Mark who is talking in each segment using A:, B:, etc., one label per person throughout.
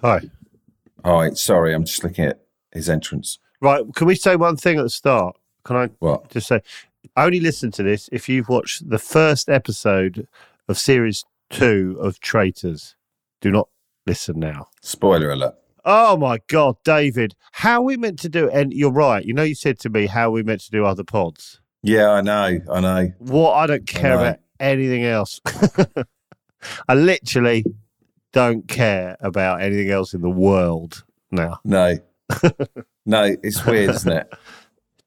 A: Hi.
B: All right, sorry, I'm just looking at his entrance.
A: Right. Can we say one thing at the start? Can I
B: What?
A: just say, only listen to this if you've watched the first episode of series two of Traitors. Do not listen now.
B: Spoiler alert.
A: Oh my God, David, how are we meant to do? And you're right. You know, you said to me how are we meant to do other pods.
B: Yeah, I know, I know.
A: What I don't care
B: know.
A: about anything else. I literally don't care about anything else in the world now.
B: No. no, it's weird, isn't it?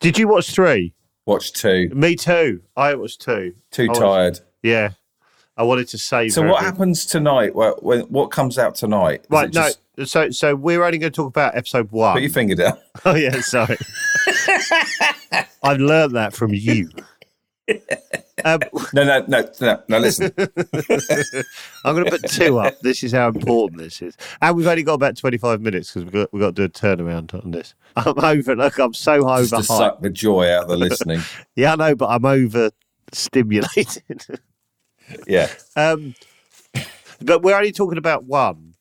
A: Did you watch three?
B: Watch two.
A: Me too. I watched two.
B: Too
A: I watched-
B: tired.
A: Yeah, I wanted to save.
B: So what
A: everything.
B: happens tonight? What, when, what comes out tonight? Is
A: Right,
B: it
A: no.
B: just-
A: So, so we're only going to talk about episode one.
B: Put your finger down.
A: oh yeah, sorry. I've learned that from you. Um,
B: No, no, no, no, no, listen.
A: I'm going to put two up. This is how important this is, and we've only got about 25 minutes because we've got we've got to do a turnaround on this. I'm over. Look, I'm so
B: just to
A: overhyped.
B: suck the joy out of the listening.
A: Yeah, I know, but I'm over stimulated.
B: Yeah.
A: um, but we're only talking about one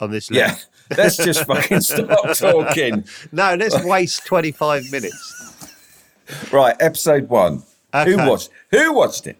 A: on this list.
B: Yeah. Let's just fucking stop talking.
A: No, let's waste 25 minutes.
B: Right, episode one. Who
A: Okay.
B: watched Who watched it?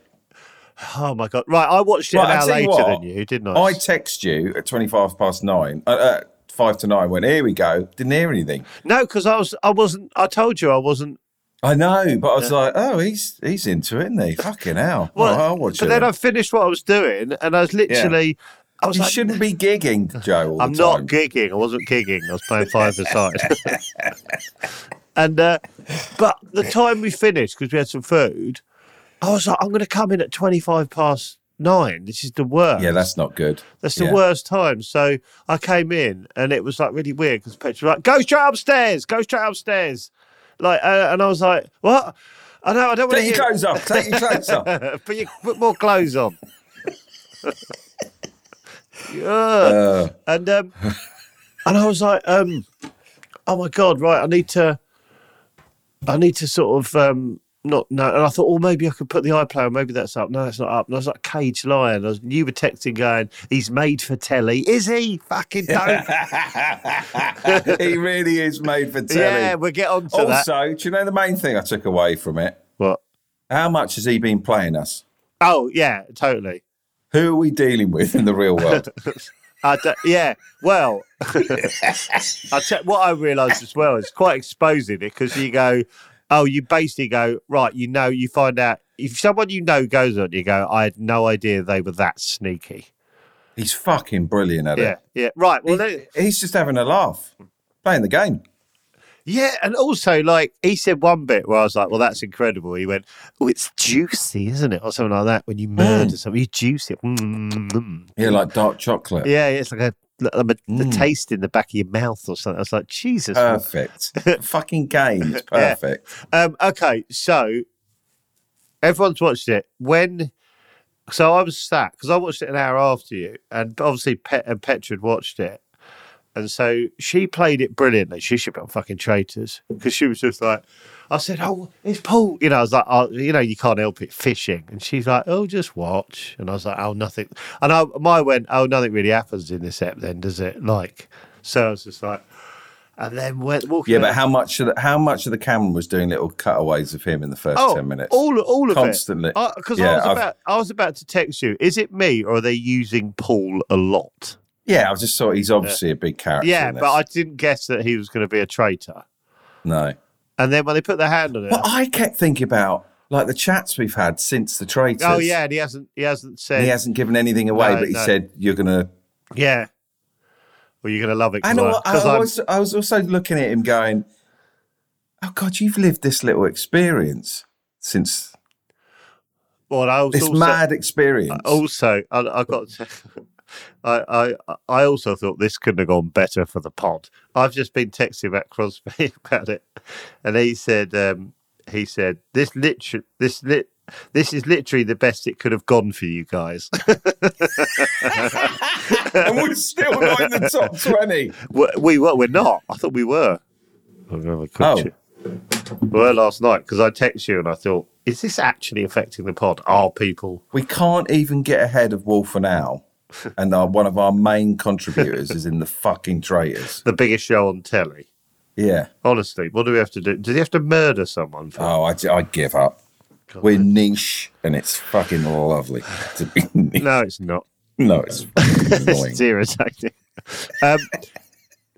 A: Oh my god! Right, I watched it an
B: Right, I'll
A: hour
B: tell you
A: later
B: what.
A: than you, didn't I?
B: I text you at 25 past nine, uh, uh, five to nine, went, here we go. Didn't hear anything.
A: no, because I was, I wasn't. I told you I wasn't.
B: I know, but I was like, oh, he's he's into it, isn't he? Fucking hell. Well,
A: Well,
B: Oh, I'll watch
A: but
B: it.
A: then I finished what I was doing, and I was literally, I was
B: you
A: like,
B: shouldn't be gigging, Joe. All
A: I'm
B: the
A: not
B: time.
A: gigging. I wasn't gigging. I was playing five aside. and uh, but the time we finished because we had some food, I was like, I'm going to come in at 25 past nine. This is the worst.
B: Yeah, that's not good.
A: That's the
B: Yeah.
A: worst time. So I came in and it was like really weird because Petra was like, go straight upstairs, go straight upstairs. Like, uh, and I was like, what? I know, I don't want to
B: Take your
A: hear
B: clothes off. Take your clothes off.
A: Put, your, put more clothes on. yeah.
B: Uh,
A: and, um, and I was like, um, oh my God, right, I need to, I need to sort of, um, not no, and I thought, oh, maybe I could put the iPlayer. Maybe that's up. No, it's not up. And I was like, Cage Lion. I was, you were texting, going, he's made for telly, is he? Fucking don't.
B: he really is made for telly.
A: yeah, we'll get on to that.
B: also, do you know the main thing I took away from it?
A: What?
B: How much has he been playing us?
A: Oh yeah, totally.
B: Who are we dealing with in the real world?
A: I d- yeah, well, I te- what I realised as well is quite exposing it because you go, oh, you basically go right. You know, you find out if someone you know goes on, you go, I had no idea they were that sneaky.
B: he's fucking brilliant at
A: Yeah,
B: it.
A: yeah, right. Well, then,
B: He's just having a laugh, playing the game.
A: yeah, and also like he said one bit where I was like, well, that's incredible. He went, oh, it's juicy, isn't it, or something like that. When you
B: Hmm.
A: murder something, you juice it. Mm-mm.
B: Yeah, like dark chocolate.
A: mm, Yeah, it's like a, a,
B: Mm.
A: taste in the back of your mouth or something. I was like, Jesus,
B: Uh,
A: what
B: Perfect. fucking game. It's
A: Yeah.
B: perfect.
A: Um, okay, so everyone's watched it. When So I was sat because I watched it an hour after you, and obviously Pet and Petra had watched it, and so she played it brilliantly. She should be on fucking Traitors because she was just like, I said, "Oh, it's Paul," you know. I was like, oh, "You know, you can't help it, fishing," and she's like, "Oh, just watch," and I was like, "Oh, nothing," and I my went, "Oh, nothing really happens in this app, then, does it?" Like, so I was just like, and then went walking.
B: Yeah,
A: down-
B: but how much of the, how much of the camera was doing little cutaways of him in the first ten minutes?
A: Oh, All, all of
B: Constantly.
A: it. Because I
B: Yeah,
A: was
B: I've-
A: about, I was about to text you. Is it me or are they using Paul a lot?
B: yeah, I just thought he's obviously a big character.
A: yeah,
B: in
A: but
B: this.
A: I didn't guess that he was going to be a traitor.
B: no.
A: And then when they put their hand on it,
B: But I kept thinking about like the chats we've had since the traitors.
A: oh yeah, and he hasn't, he hasn't said,
B: he hasn't given anything away,
A: No,
B: but he
A: no.
B: said you're gonna.
A: yeah. Well, you're going to love it
B: And I, I,
A: because I'm.
B: was, I was also looking at him going, "Oh God, you've lived this little experience since
A: Well, I was
B: this
A: also,
B: mad experience."
A: Uh, Also, I, I got. To, I, I I also thought this couldn't have gone better for the pod. I've just been texting about Crosby about it, and he said um, he said this liter- this lit this is literally the best it could have gone for you guys.
B: and we're still not in the top twenty.
A: we, we were we're not. I thought we were. I'll have a quick
B: Oh.
A: check. We were last night because I texted you and I thought, is this actually affecting the pod? Are people?
B: We can't even get ahead of Wolf and Owl, and our, one of our main contributors is in the fucking traitors.
A: The biggest show on telly.
B: Yeah.
A: Honestly, what do we have to do? Did he have to murder someone? For
B: Oh, I, I give up. We're niche, and it's fucking lovely to be niche.
A: No, it's not.
B: No, it's fucking annoying.
A: It's irritating. um,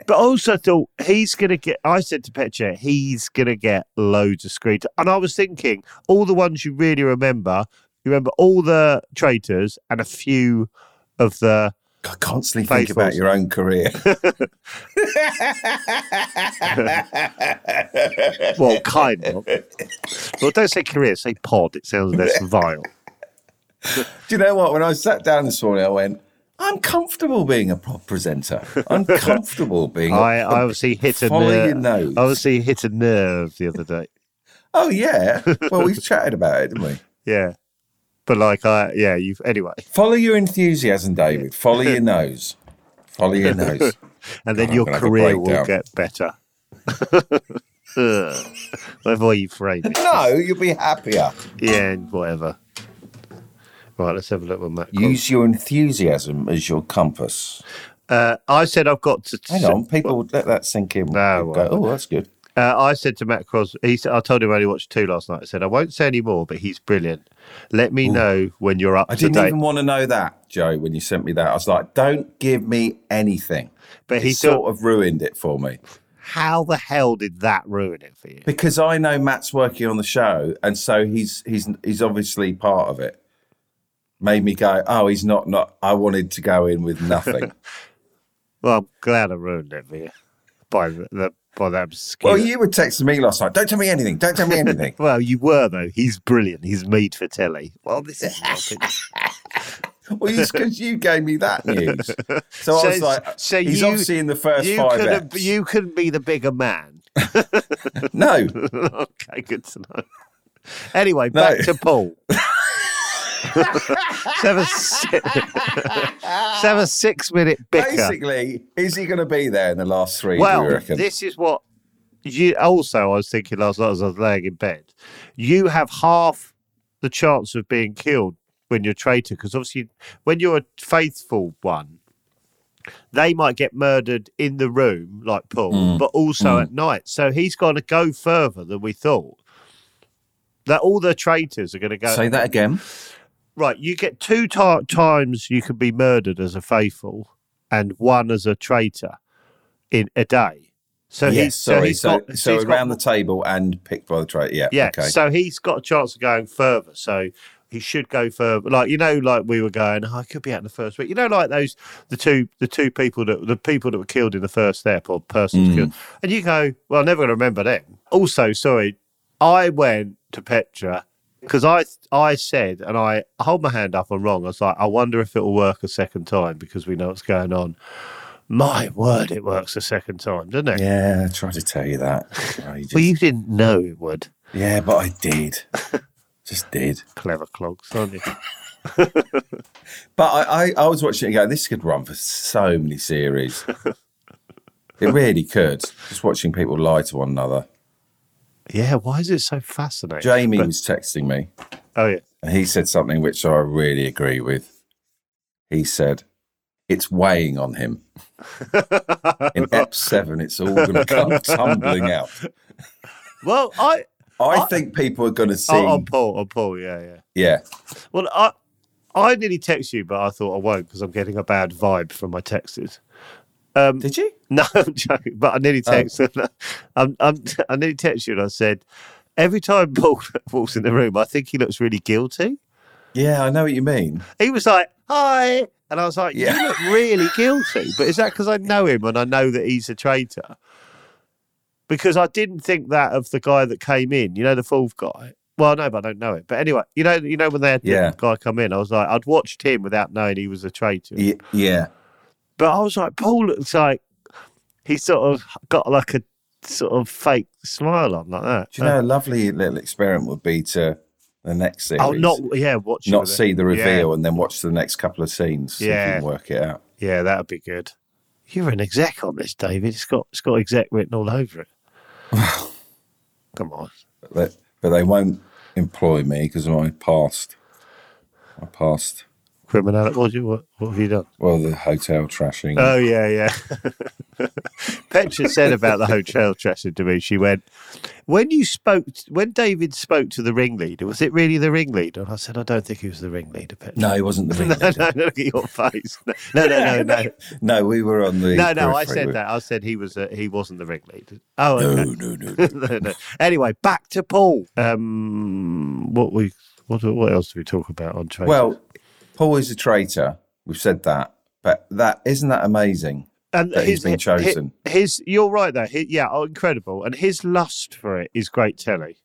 A: but also thought he's going to get. I said to Petra, he's going to get loads of screen. time. And I was thinking, all the ones you really remember, you remember all the traitors and a few of the.
B: God, constantly think
A: Faithfuls.
B: about your own career.
A: Well, kind of. well, don't say career, say pod. It sounds less vile.
B: Do you know what? When I sat down this morning, I went, I'm comfortable being a prop presenter. I'm comfortable being. a-
A: I, I obviously hit a
B: Follow your
A: nerve.
B: nose.
A: I obviously hit a nerve the other day.
B: oh, yeah. Well, we've chatted about it, didn't we?
A: Yeah. But like, I, yeah, you've, anyway.
B: Follow your enthusiasm, David. Follow your nose. Follow your nose.
A: and then
B: God, I'm
A: your
B: gonna have a
A: career will
B: breakdown.
A: get better. Ugh. whatever way you frame it.
B: No, you'll be happier.
A: Yeah, and whatever. Right, let's have a look at Matt. Cos-
B: Use your enthusiasm as your compass.
A: Uh, I said I've got to.
B: Hang on, people would let that sink in.
A: No,
B: Go,
A: well-
B: oh, that's good.
A: Uh, I said to Matt Crosby, he said, I told him I only watched two last night. I said, I won't say any more, but he's brilliant. Let me know when you're up
B: I
A: to
B: didn't
A: date.
B: even want to know that, Joe, when you sent me that. I was like, don't give me anything.
A: but
B: He
A: he thought,
B: sort of ruined it for me
A: how the hell did that ruin it for you?
B: because I know Matt's working on the show, and so he's he's he's obviously part of it. Made me go, oh, he's not not. I wanted to go in with nothing.
A: Well, I'm glad I ruined it for you by, the, by that obscure.
B: well, you were texting me last night. Don't tell me anything. Don't tell me anything.
A: Well, you were though. He's brilliant. He's made for telly. Well, this is not
B: well, it's because you gave me that news. So, I was like, he's obviously in the first
A: you
B: five.
A: couldn't-
B: eps.
A: You couldn't be the bigger man.
B: no,
A: okay, good to know. Anyway,
B: No.
A: back to Paul. Let's have a, si- let's have a six-minute bicker.
B: basically, is he going to be there in the last three? do you
A: Well,
B: reckon?
A: this is what you also. I was thinking last night as I was laying in bed. You have half the chance of being killed when you're a traitor, because obviously, when you're a faithful one, they might get murdered in the room, like Paul,
B: Mm.
A: but also at night. So he's going to go further than we thought. That all the traitors are going to go.
B: Say that again.
A: Right, you get two ti times you can be murdered as a faithful and one as a traitor in a day. So
B: yes,
A: he's so
B: sorry.
A: he's
B: So,
A: got
B: so
A: he's got-
B: around the table and picked by the trade. Yeah.
A: yeah.
B: Okay.
A: So he's got a chance of going further. So he should go further. Like you know, like we were going, oh, I could be out in the first week. You know, like those the two the two people that the people that were killed in the first step or
B: Mm.
A: persons killed, and you go, well, I'm never going to remember them. Also, sorry, I went to Petra. Because I I said, and I I hold my hand up, I'm wrong. I was like, I wonder if it'll work a second time because we know what's going on. My word, it works a second time, doesn't it?
B: yeah, I tried to tell you that. I just-
A: Well, you didn't know it would.
B: yeah, but I did. Just did.
A: Clever clogs, aren't you?
B: But I, I, I was watching it and going, this could run for so many series. it really could. Just watching people lie to one another.
A: Yeah, why is it so fascinating?
B: Jamie was texting me
A: Oh yeah.
B: and he said something which I really agree with. He said, it's weighing on him. In Ep 7, it's all going to come tumbling out.
A: Well, I.
B: I think people are going to see.
A: Oh, on Paul, on Paul, yeah, yeah.
B: yeah.
A: Well, I, I nearly text you, but I thought I won't because I'm getting a bad vibe from my texts.
B: Did you?
A: No, I'm joking. But I nearly texted. I'm, I'm, I nearly texted you, and I said, every time Paul walks in the room, I think he looks really guilty.
B: Yeah, I know what you mean.
A: He was like, "Hi," and I was like,
B: Yeah.
A: "You look really guilty." But is that because I know him and I know that he's a traitor? Because I didn't think that of the guy that came in. You know, the fourth guy. Well, no, but I don't know it. But anyway, you know, you know when they had
B: Yeah.
A: the guy come in, I was like, I'd watched him without knowing he was a traitor.
B: Y- yeah.
A: But I was like, Paul looks like he sort of got like a sort of fake smile on like that.
B: Do you know a lovely little experiment would be to the next series?
A: oh, not yeah, watch it
B: not
A: with it.
B: see the reveal
A: Yeah.
B: and then watch the next couple of scenes. See if
A: Yeah.
B: you can work it out.
A: Yeah, that'd be good. You're an exec on this, David. It's got it's got exec written all over it. Come on.
B: But they, but they won't employ me because of my past. My past.
A: Criminal what, do you- what, what have you done?
B: Well, the hotel trashing.
A: Oh yeah, yeah. Petra said about the hotel dresser to me. She went, When you spoke when David spoke to the ringleader, was it really the ringleader? And I said, I don't think he was the ringleader, Petra.
B: no, he wasn't the
A: no,
B: ringleader.
A: no, no, look at your face. No, no, no, no,
B: no, we were on the.
A: no, no. I
B: periphery.
A: said that. I said he was. A, he wasn't the ringleader. Oh,
B: No,
A: okay.
B: no, no. no.
A: no, no. Anyway, back to Paul. Um, what we what what else do we talk about on trade?
B: well, Paul is a traitor. We've said that. But that isn't that amazing?
A: and
B: that he's been
A: hi-
B: chosen.
A: hi- His, you're right there. Hi- yeah, oh, incredible. And his lust for it is great telly,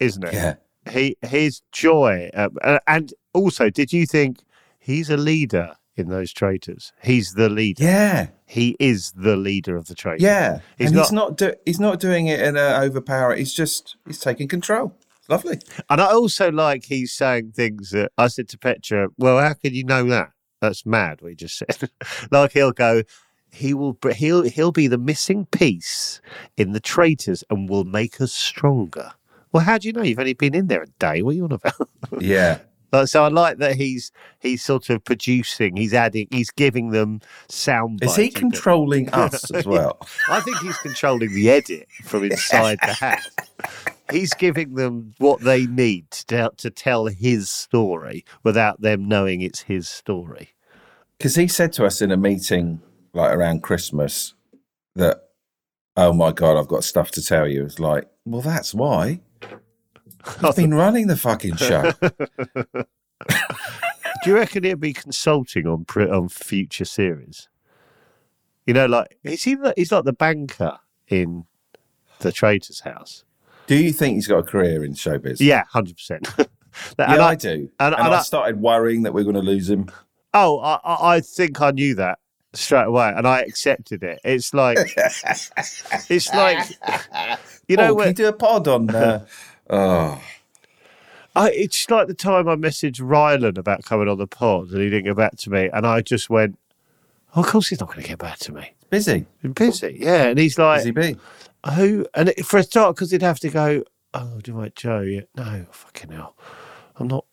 A: isn't it?
B: Yeah.
A: He his joy um, a- and also, did you think he's a leader in those traitors? He's the leader.
B: Yeah.
A: He is the leader of the traitors.
B: Yeah,
A: He's
B: and
A: not-
B: he's not do- he's not doing it in a overpower. He's just he's taking control. Lovely.
A: And I also like he's saying things that I said to Petra, well, how can you know that? That's mad what he just said. like he'll go, he will br- he'll he'll be the missing piece in the traitors and will make us stronger. Well, how do you know? You've only been in there a day. What are you on about?
B: Yeah,
A: like, so I like that he's he's sort of producing, he's adding, he's giving them sound.
B: is he
A: bites and bits.
B: controlling us as well?
A: I think he's controlling the edit from inside the house. He's giving them what they need to, tell- to tell his story without them knowing it's his story.
B: Because he said to us in a meeting like around Christmas that, "Oh my God, I've got stuff to tell you." It's like, well, that's why I've been running the fucking show.
A: Do you reckon he'll be consulting on pre- on future series? You know, like is he? The, he's like the banker in the Trader's House.
B: do you think he's got a career in showbiz?
A: Yeah, hundred percent.
B: Yeah, I, do.
A: and-
B: And,
A: and
B: I,
A: I-
B: started worrying that we are going to lose him.
A: Oh, I, I I think I knew that straight away, and I accepted it. It's like, it's like, you know,
B: oh, can you
A: when,
B: do a pod on? Uh, oh,
A: I, it's like the time I messaged Rylan about coming on the pod, and he didn't get back to me, and I just went, oh, "Of course, he's not going to get back to me.
B: busy,
A: Been busy, yeah." And he's like,
B: busy bee.
A: "Who?" And it, for a start, because he'd have to go, "Oh, do you like Joe?" Yeah, no, fucking hell, I'm not.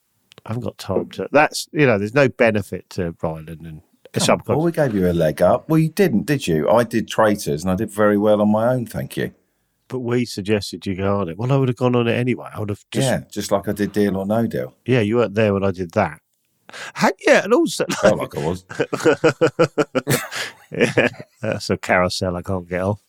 A: I haven't got time to. That's you know, there's no benefit to Rylan and.
B: Well,
A: subconscious.
B: we gave you a leg up. Well, you didn't, did you? I did traitors, and I did very well on my own. Thank you.
A: But we suggested you go on it. Well, I would have gone on it anyway. I would have just, yeah,
B: yeah, just like I did Deal or No Deal.
A: you weren't there when I did that. Had, yeah, and also,
B: Felt like I was.
A: yeah, that's a carousel I can't get off.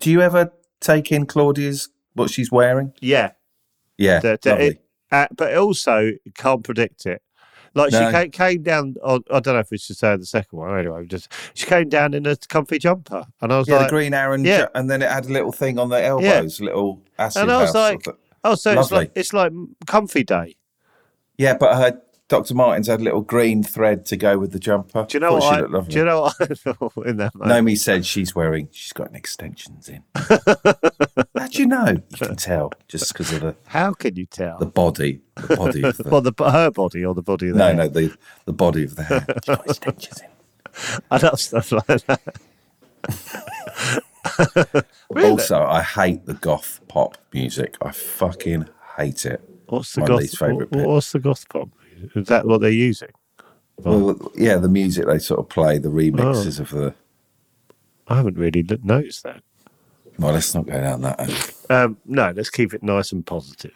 B: Do you ever take in Claudia's what she's wearing?
A: Yeah,
B: Yeah,
A: the- the-
B: lovely.
A: it- uh, but also can't predict it. Like
B: No.
A: she came, came down. On, I don't know if we should say the second one. Anyway, just she came down in a comfy jumper, and I was
B: yeah,
A: like,
B: the green Aaron,
A: yeah.
B: ju- and then it had a little thing on the elbows, little acid.
A: And I was
B: house.
A: like- "Oh, so it's
B: Lovely.
A: like it's like comfy day."
B: yeah, but her Dr. Martens had a little green thread to go with the jumper.
A: Do you know what?
B: Thought she
A: I,
B: looked lovely.
A: do you know what I saw in that? Moment?
B: Nomi said she's wearing, she's got an extensions in. How do you know? You can tell just because of the,
A: How can you tell?
B: the body. The body. Of the,
A: well, the her body or the body? Of the
B: no,
A: hair?
B: no, the, the body of the hair. She's got extensions in.
A: I love stuff like that.
B: Also, I hate the goth pop music. I fucking hate it.
A: What's the
B: My
A: goth?
B: least
A: what-
B: favourite bit.
A: what's the goth pop? Is that what they're using?
B: Well, yeah, the music they sort of play, the remixes
A: Oh.
B: of the.
A: I haven't really lo- noticed that.
B: Well, let's not go down that. alley.
A: Um, no, let's keep it nice and positive.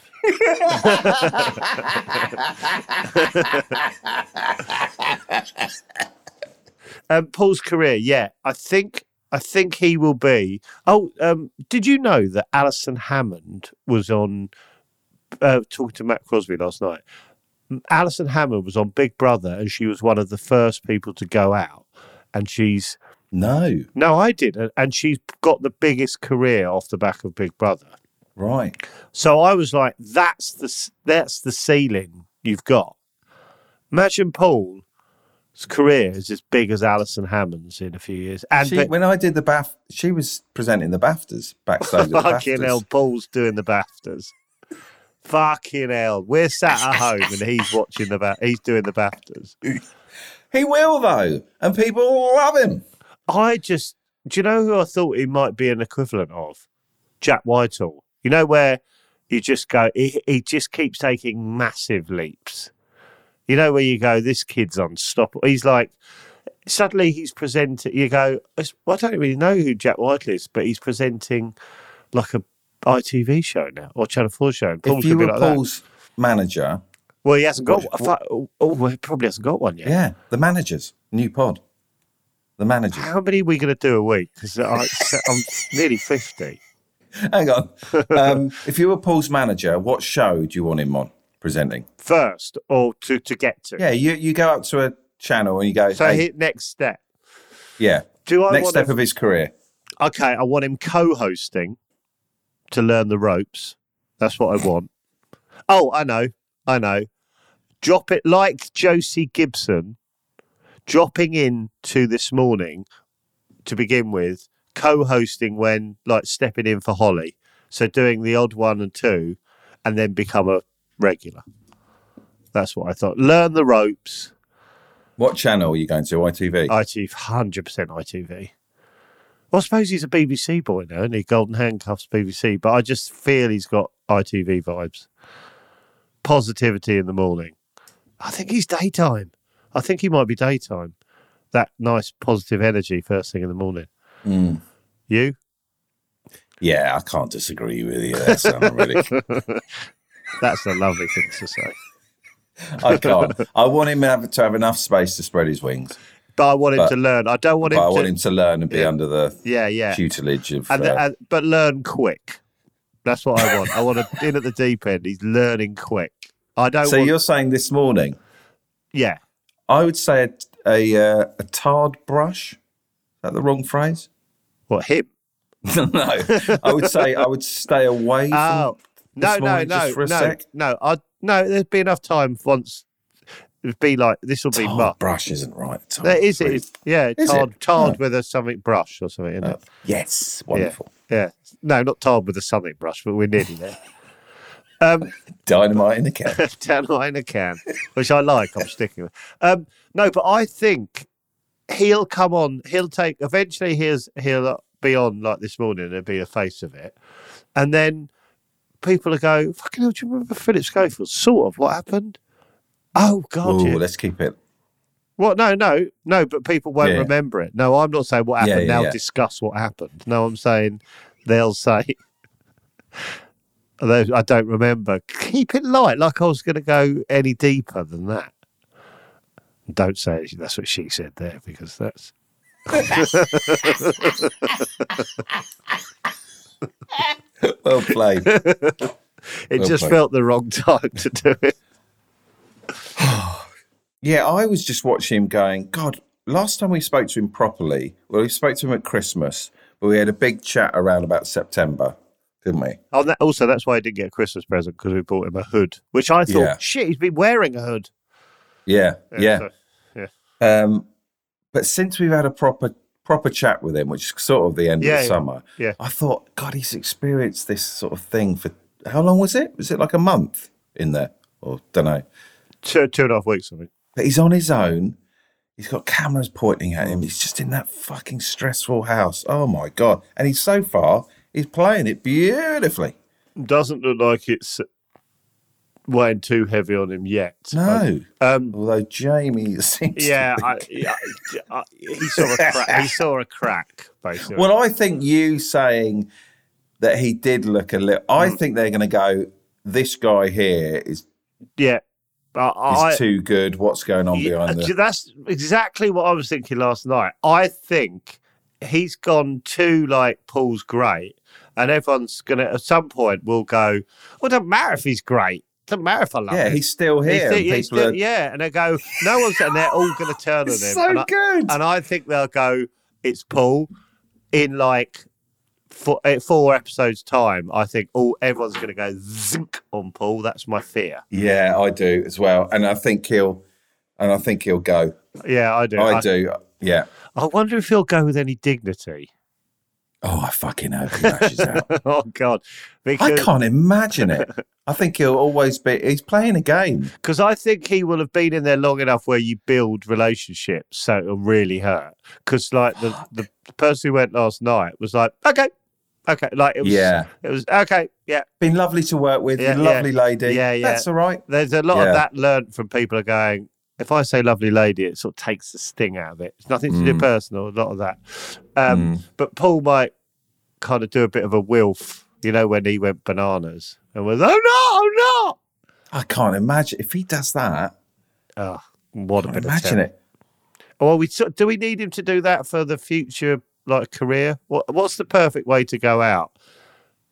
A: um, Paul's career, yeah, I think I think he will be. Oh, um, did you know that Alison Hammond was on uh, talking to Matt Crosby last night? Alison Hammond was on Big Brother, and she was one of the first people to go out, and she's
B: No,
A: no, I did, and- and she's got the biggest career off the back of Big Brother.
B: right.
A: So I was like, that's the s- that's the ceiling you've got. Imagine Paul's career is as big as Alison Hammond's in a few years, and
B: she,
A: but-
B: when I did the BAF, she was presenting the BAFTAs backstage. at the
A: fucking
B: BAFTAs.
A: hell, Paul's doing the Baftas. Fucking hell, we're sat at home and he's watching the ba- he's doing the Baftas.
B: He will though, and people love him.
A: I just do you know who I thought he might be an equivalent of? Jack Whitehall. You know where you just go he, he just keeps taking massive leaps. You know where you go, this kid's unstoppable. He's like suddenly he's presenting you go, "It's- well, I don't really know who Jack Whitehall is, but he's presenting like a ITV show now or Channel 4 show. And Paul
B: if
A: should
B: you
A: be
B: were
A: like that.
B: Paul's manager,
A: Well, he hasn't got
B: What-
A: oh, oh, he probably hasn't got one yet.
B: yeah. the managers, new pod, the managers.
A: How many are we going to do a week? Because I'm nearly 50.
B: Hang on. Um, if you were Paul's manager, what show do you want him on presenting?
A: first or to, to get to.
B: Yeah, you you go up to a channel and you go,
A: So
B: hey,
A: his next step.
B: yeah,
A: Do I
B: next
A: want
B: step
A: him,
B: of his career.
A: okay, I want him co-hosting to learn the ropes. That's what I want. Oh, I know, I know. Drop it like Josie Gibson, dropping in to this morning to begin with, co-hosting when like stepping in for Holly. So doing the odd one and two, and then become a regular. That's what I thought. Learn the ropes.
B: What channel are you going to? ITV.
A: ITV, hundred percent ITV. Well, I suppose he's a BBC boy now, and he golden handcuffs BBC. But I just feel he's got ITV vibes, positivity in the morning. I think he's daytime. I think he might be daytime. That nice positive energy first thing in the morning.
B: Mm.
A: You?
B: Yeah, I can't disagree with you. There, Sam, really.
A: That's a lovely thing to say.
B: I can't. I want him have- to have enough space to spread his wings,
A: But I want him
B: But-
A: to learn. I don't want
B: but
A: him
B: I
A: to.
B: want him to learn and be
A: Yeah.
B: under the
A: yeah, yeah.
B: tutelage of.
A: and,
B: uh,
A: and but learn quick. That's what I want. I want to in at the deep end. He's learning quick. I don't.
B: so
A: want,
B: you're saying this morning?
A: yeah.
B: I would say a a, uh, a tard brush. Is that the wrong phrase?
A: What him?
B: no, I would say I would stay away. From,
A: Oh no,
B: this
A: no,
B: morning,
A: no,
B: just for a
A: no,
B: sec?
A: no. I no. There'd be enough time once. It'd be like this will be
B: Tard
A: March.
B: brush isn't right. Tard
A: There is it
B: brush.
A: is yeah.
B: Is it?
A: tarred tarred
B: Oh.
A: with a something brush or something. Isn't it?
B: Yes, wonderful.
A: Yeah. No, not tarred with a something brush, but we're nearly there. Um,
B: Dynamite in the can.
A: down in a can, which I like. I'm sticking with. Um, no, but I think he'll come on. He'll take eventually. He's he'll be on like this morning. There'll be a face of it, and then people will go, "Fucking hell, do you remember Philip Schofield? Sort of. What happened? Oh God,
B: Ooh,
A: yeah.
B: let's keep it.
A: What? No, no, no. But people won't
B: Yeah, yeah.
A: remember it. No, I'm not saying what
B: Yeah,
A: happened.
B: yeah,
A: They'll
B: yeah.
A: discuss what happened. No, I'm saying they'll say. "Those- I don't remember. Keep it light, like I was going to go any deeper than that. Don't say it. that's what she said there, because that's
B: Well played.
A: it.
B: Well
A: just
B: played.
A: felt the wrong time to do it.
B: Yeah, I was just watching him going, God, last time we spoke to him properly, well, we spoke to him at Christmas, but we had a big chat around about September, didn't we?
A: Oh, that, also, that's why I didn't get a Christmas present because we bought him a hood, which I thought,
B: Yeah.
A: shit, he's been wearing a hood.
B: Yeah, yeah.
A: so-
B: Um, but since we've had a proper proper chat with him, which is sort of the end
A: Yeah,
B: of the
A: yeah,
B: summer,
A: yeah.
B: I thought, God, he's experienced this sort of thing for how long was it? Was it like a month in there, or don't know?
A: two, two and a half weeks, I think.
B: But he's on his own. He's got cameras pointing at him. He's just in that fucking stressful house. Oh my god! And he's so far, he's playing it beautifully.
A: Doesn't look like it's weighing too heavy on him yet.
B: No,
A: Um,
B: although Jamie seems. to
A: Oh. yeah,
B: be-
A: I, yeah, I, I- he saw a crack. He saw a crack, basically.
B: Well, I think you saying that he did look a little. I
A: Mm.
B: think they're going to go. This guy here is
A: yeah, I,
B: is
A: I,
B: too good. What's going on
A: Yeah,
B: behind
A: ju-
B: the?
A: that's exactly what I was thinking last night. I think he's gone too like Paul's great, and everyone's gonna at some point will go, "Well, it doesn't matter if he's great. It doesn't matter if I love
B: Yeah,
A: him."
B: he's still
A: He's
B: here.
A: thi-
B: and
A: he's
B: people
A: thi-
B: are.
A: yeah, and they go, "No one's," and they're all gonna turn on him.
B: It's so
A: and I,
B: good.
A: and I think they'll go, "It's Paul." In like four, eh, four episodes time, I think all everyone's gonna go zink on Paul. That's my fear.
B: yeah, I do as well, and I think he'll, and I think he'll go.
A: Yeah, I do.
B: I do. Yeah.
A: I wonder if he'll go with any dignity.
B: Oh, I fucking hope he lashes out.
A: oh God,
B: I
A: because
B: can't imagine it. I think he'll always be. He's playing a game.
A: because I, think he will have been in there long enough where you build relationships, so it'll really hurt. Because like the the person who went last night was like, okay, okay, like it was,
B: Yeah.
A: it was okay, yeah.
B: Been lovely to work with.
A: Yeah, yeah.
B: lovely lady.
A: Yeah, yeah.
B: That's all right.
A: There's a lot
B: Yeah.
A: of that learned from people are going. If I say lovely lady, it sort of takes the sting out of it. It's nothing to do
B: Mm.
A: personal, a lot of that. Um, But Paul might kind of do a bit of a wilf, you know, when he went bananas and was, oh no, oh no.
B: I can't imagine if he does that.
A: Oh, what a bit
B: Imagine
A: of
B: it.
A: Well, we sort- do we need him to do that for the future, like career? What What's the perfect way to go out?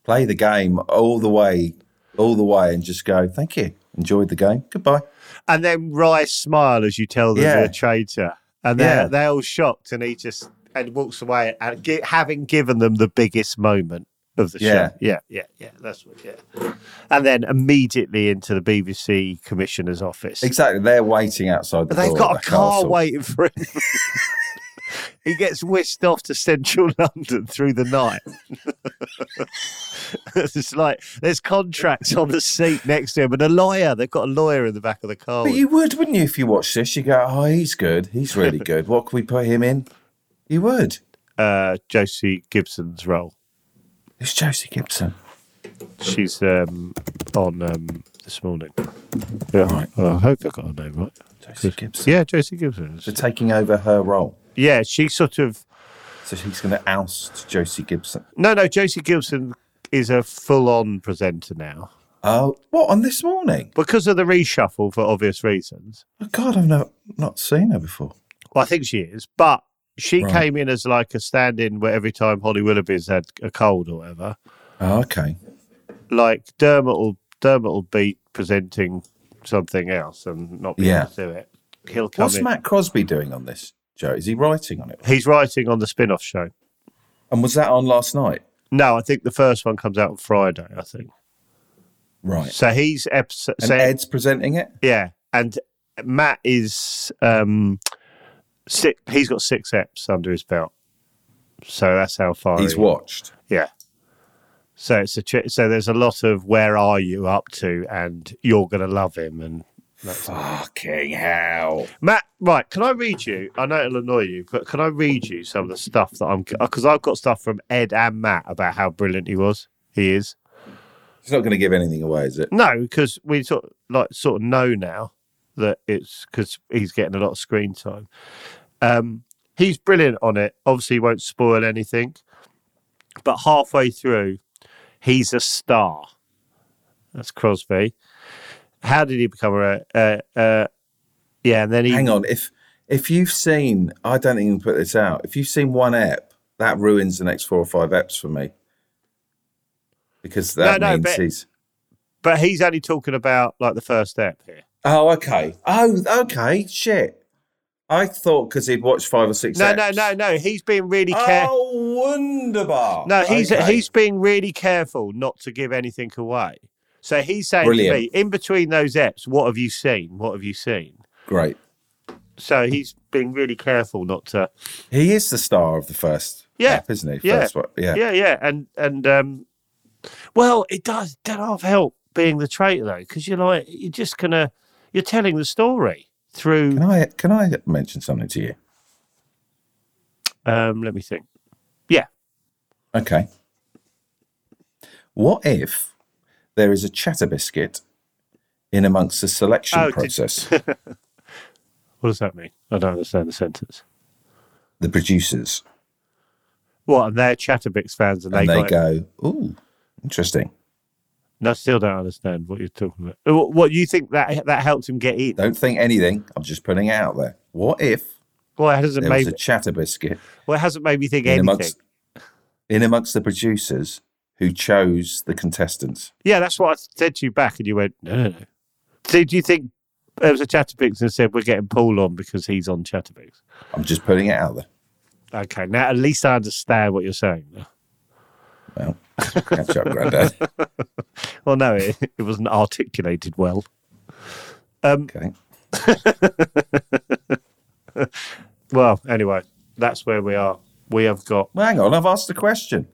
B: play the game all the way, all the way, and just go, thank you, enjoyed the game, goodbye.
A: And then wry smile as you tell them
B: Yeah.
A: you're a traitor, and they're
B: Yeah.
A: they're all shocked, and he just and walks away, and gi- having given them the biggest moment of the
B: Yeah.
A: show. Yeah, yeah, yeah. That's what. Yeah, and then immediately into the BBC commissioner's office.
B: Exactly, they're waiting outside the
A: But they've
B: door
A: got
B: of
A: a
B: the
A: car
B: castle.
A: waiting for him. he gets whisked off to central London through the night. it's like there's contracts on the seat next to him and a lawyer. They've got a lawyer in the back of the car.
B: But
A: with-
B: you would, wouldn't you, if you watched this? You go, oh, he's good, he's really good. What can we put him in? You would.
A: uh, Josie Gibson's role.
B: It's Josie Gibson.
A: She's um, on um, this morning. Yeah.
B: Right.
A: Well, I hope I got her name right.
B: Josie Gibson.
A: Yeah, Josie Gibson.
B: They're taking over her role,
A: Yeah, she sort of
B: so he's going to oust Josie Gibson.
A: no, no. Josie Gibson is a full-on presenter now.
B: Oh, what on this morning?
A: because of the reshuffle for obvious reasons.
B: Oh, God, I've not not seen her before.
A: Well, I think she is, but she
B: Right.
A: came in as like a stand-in where every time Holly Willoughby's had a cold or whatever,
B: Oh, okay.
A: like Dermot will Dermot will be presenting something else and not be
B: Yeah.
A: able to do it. He'll come
B: What's
A: in.
B: Matt Crosby doing on this, Joe? Is he writing on it?
A: He's writing on the spin-off show.
B: And was that on last night?
A: No, I think the first one comes out on Friday. I think
B: Right.
A: so. He's episode.
B: And
A: so,
B: Ed's presenting it.
A: yeah, and Matt is um, six. He's got six eps under his belt, so that's how far
B: He's
A: he-
B: watched.
A: Yeah. So it's a tri- so there's a lot of where are you up to and you're gonna love him and
B: Fucking hell!
A: Matt right can I read you I know it'll annoy you but can I read you some of the stuff that I'm because I've got stuff from Ed and Matt about how brilliant he was he is
B: He's not going to give anything away, is it?
A: no because we sort of, like sort of know now that it's because he's getting a lot of screen time um he's brilliant on it obviously he won't spoil anything but halfway through he's a star. That's Crosby. How did he become a? Uh, uh, yeah, and then he.
B: Hang on. If if you've seen, I don't think you can put this out. If you've seen one ep, that ruins the next four or five eps for me. Because that
A: No, no,
B: means
A: but-
B: he's.
A: But he's only talking about like the first step here.
B: Oh, okay. Oh, okay. Shit. I thought because he'd watched five or six.
A: No, no,
B: eps.
A: no, no. He's being really careful.
B: Oh, wunderbar.
A: no, he's
B: Okay.
A: he's being really careful not to give anything away. So he's saying
B: Brilliant.
A: to me, in between those eps, what have you seen? What have you seen?
B: Great.
A: So he's being really careful not to.
B: He is the star of the first
A: Yeah,
B: app, isn't he?
A: yeah,
B: First one. Yeah.
A: yeah, yeah, and and um, well, it does that half help being the traitor though, because you're like you're just gonna you're telling the story
B: Can
A: through.
B: I can I mention something to you?
A: Um, let me think.
B: Okay. What if there is a chatter biscuit in amongst the selection
A: Oh, did-
B: process?
A: What does that mean? I don't understand the sentence.
B: the producers
A: What? And they're Chatterbix fans, and,
B: and
A: they,
B: they
A: got it.
B: go, "Ooh, interesting."
A: And I still don't understand what you're talking about. What, what you think that that helped him get eaten?
B: Don't think anything. I'm just putting it out there. What if
A: Well, it hasn't
B: there
A: made
B: was a chatter biscuit
A: well, it hasn't made me think
B: in
A: anything.
B: amongst in amongst the producers who chose the contestants?
A: Yeah, that's what I said to you back, and you went, no, no, no. So do you think there was a Chatterbix and said, we're getting Paul on because he's on Chatterbix?
B: I'm just putting it out there.
A: Okay, now at least I understand what you're saying. now.
B: Well, catch up, Grandad.
A: Well, no, it, it wasn't articulated well. Um,
B: Okay.
A: well, anyway, that's where we are. We have got.
B: Well, hang on. I've asked a question.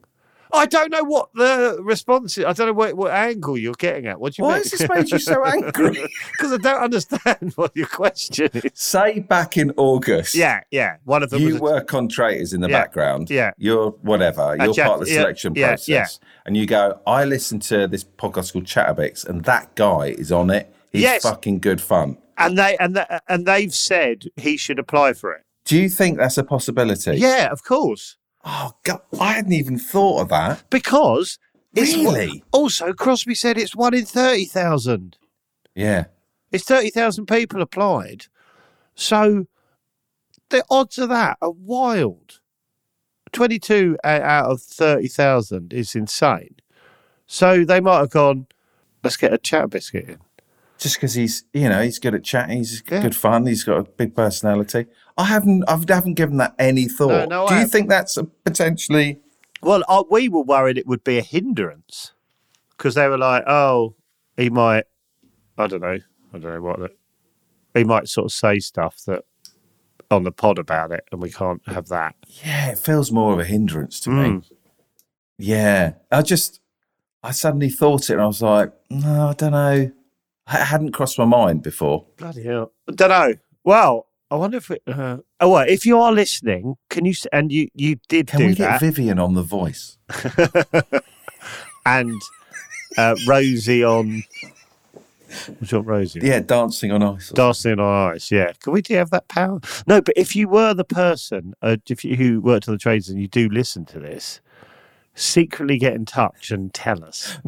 A: I don't know what the response is. I don't know what, what angle you're getting at. What do you
B: Why
A: mean?
B: has this made you so angry?
A: Because I don't understand what your question is.
B: Say back in August.
A: Yeah, yeah. One of them
B: you
A: was. a-
B: were contractors in the
A: Yeah,
B: background.
A: yeah.
B: You're whatever. You're
A: chat-
B: part of the
A: yeah,
B: selection
A: yeah,
B: process.
A: yeah.
B: And you go, I listen to this podcast called Chatterbix, and that guy is on it. He's
A: Yes.
B: fucking good fun.
A: and they and the, and they've said he should apply for it.
B: Do you think that's a possibility?
A: Yeah, of course.
B: Oh, God. I hadn't even thought of that.
A: Because it's one-
B: Really?
A: also Crosby said it's one in thirty thousand.
B: Yeah.
A: It's thirty thousand people applied, so the odds of that are wild. Twenty-two o- out of thirty thousand is insane. So they might have gone. Let's get a chat biscuit in.
B: Just because he's, you know, he's good at chatting, he's
A: Yeah.
B: good fun, he's got a big personality. I haven't, I've, I haven't given that any thought.
A: no, I
B: Do you
A: haven't.
B: think that's a potentially?
A: Well, uh, we were worried it would be a hindrance because they were like, "Oh, he might." I don't know. I don't know what that. He might sort of say stuff that on the pod about it, and we can't have that.
B: Yeah, it feels more of a hindrance to
A: Hmm.
B: me. Yeah, I just, I suddenly thought it, and I was like, no, I don't know. It hadn't crossed my mind before.
A: Bloody hell! I don't know. Well, I wonder if. It, uh, oh well, if you are listening, can you s- and you you did
B: Can
A: do
B: we
A: that,
B: get Vivian on the voice?
A: and uh, Rosie on. What's your Rosie? on?
B: Yeah, dancing on ice. or-
A: Dancing on Ice, yeah. Can we do you have that power? No, but if you were the person uh, if you, who worked on the trades and you do listen to this, secretly get in touch and tell us.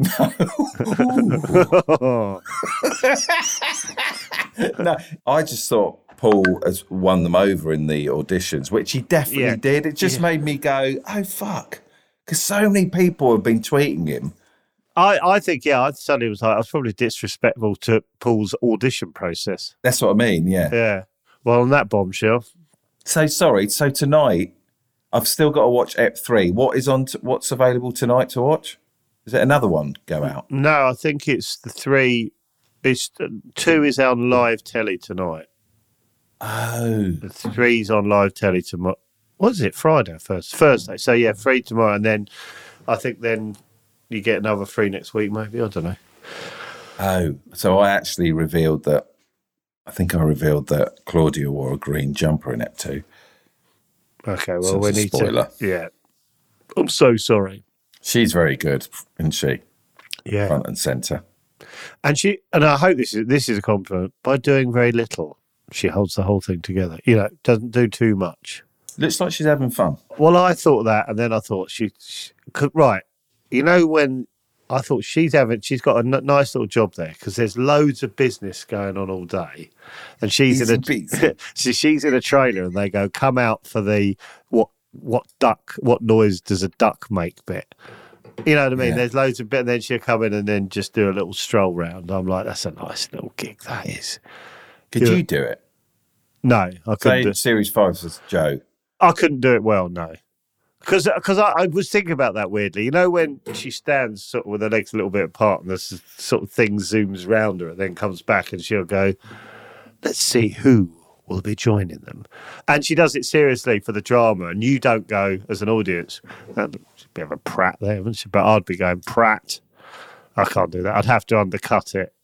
B: no, I just thought Paul has won them over in the auditions, which he definitely
A: Yeah.
B: did. It just made me go, oh fuck, because so many people have been tweeting him.
A: I, I think, yeah, I suddenly was like, I was probably disrespectful to Paul's audition process.
B: That's what I mean. Yeah.
A: Yeah. Well, on that bombshell,
B: So sorry. So tonight, I've still got to watch Ep three. What is on? T- what's available tonight to watch? Is it another one go out?
A: no, I think it's the three. It's uh, two is on live telly tonight.
B: Oh,
A: The three's on live telly tomorrow. What is it? Friday first, Thursday. So yeah, three tomorrow, and then I think then you get another three next week. Maybe I don't know.
B: oh. So I actually revealed that. I think I revealed that Claudia wore a green jumper in Ep two.
A: Okay, well
B: So
A: we
B: it's a
A: need
B: spoiler.
A: to. Yeah, I'm so sorry.
B: She's very good, isn't she?
A: Yeah,
B: Front and center.
A: and she and I hope this is this is a compliment. By doing very little, she holds the whole thing together. You know, doesn't do too much.
B: Looks like she's having fun.
A: Well, I thought that, and then I thought she, she could, right. You know when I thought she's having, she's got a n- nice little job there because there's loads of business going on all day, and she's
B: Easy
A: in a
B: peasy.
A: so she's in a trailer, and they go, "Come out for the what what duck? What noise does a duck make?" Bit. You know what I mean?
B: Yeah.
A: There's loads of bit. Then she'll come in and then just do a little stroll round. I'm like, that's a nice little gig. That is.
B: Could
A: Yeah.
B: you do it?
A: No, I couldn't.
B: Say
A: do-
B: series five says Joe.
A: I couldn't do it well, no. Because I, I was thinking about that weirdly. You know, when she stands sort of with her legs a little bit apart and this sort of thing zooms round her and then comes back and she'll go, let's see who will be joining them. And she does it seriously for the drama, and you don't go as an audience. That looks a bit of a prat there, wouldn't she? But I'd be going, prat. I can't do that. I'd have to undercut it,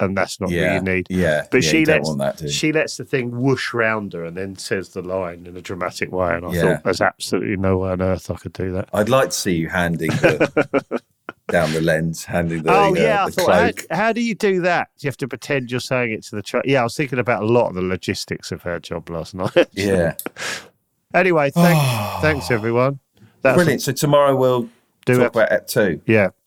A: and that's not what
B: yeah,
A: you need.
B: yeah.
A: But
B: yeah,
A: she
B: you don't
A: lets
B: want that, do you?
A: she lets the thing whoosh round her and then says the line in a dramatic way. And I
B: Yeah.
A: thought, there's absolutely no way on earth I could do that.
B: I'd like to see you handing the down the lens, handing the,
A: oh
B: uh,
A: yeah, I
B: the
A: thought
B: cloak.
A: how, how do you do that? Do you have to pretend you're saying it to the child? Yeah, I was thinking about a lot of the logistics of her job last night.
B: Yeah,
A: anyway, thanks, thanks everyone. That's
B: brilliant. So tomorrow we'll
A: Do
B: talk
A: it.
B: about Ep Two.
A: Yeah,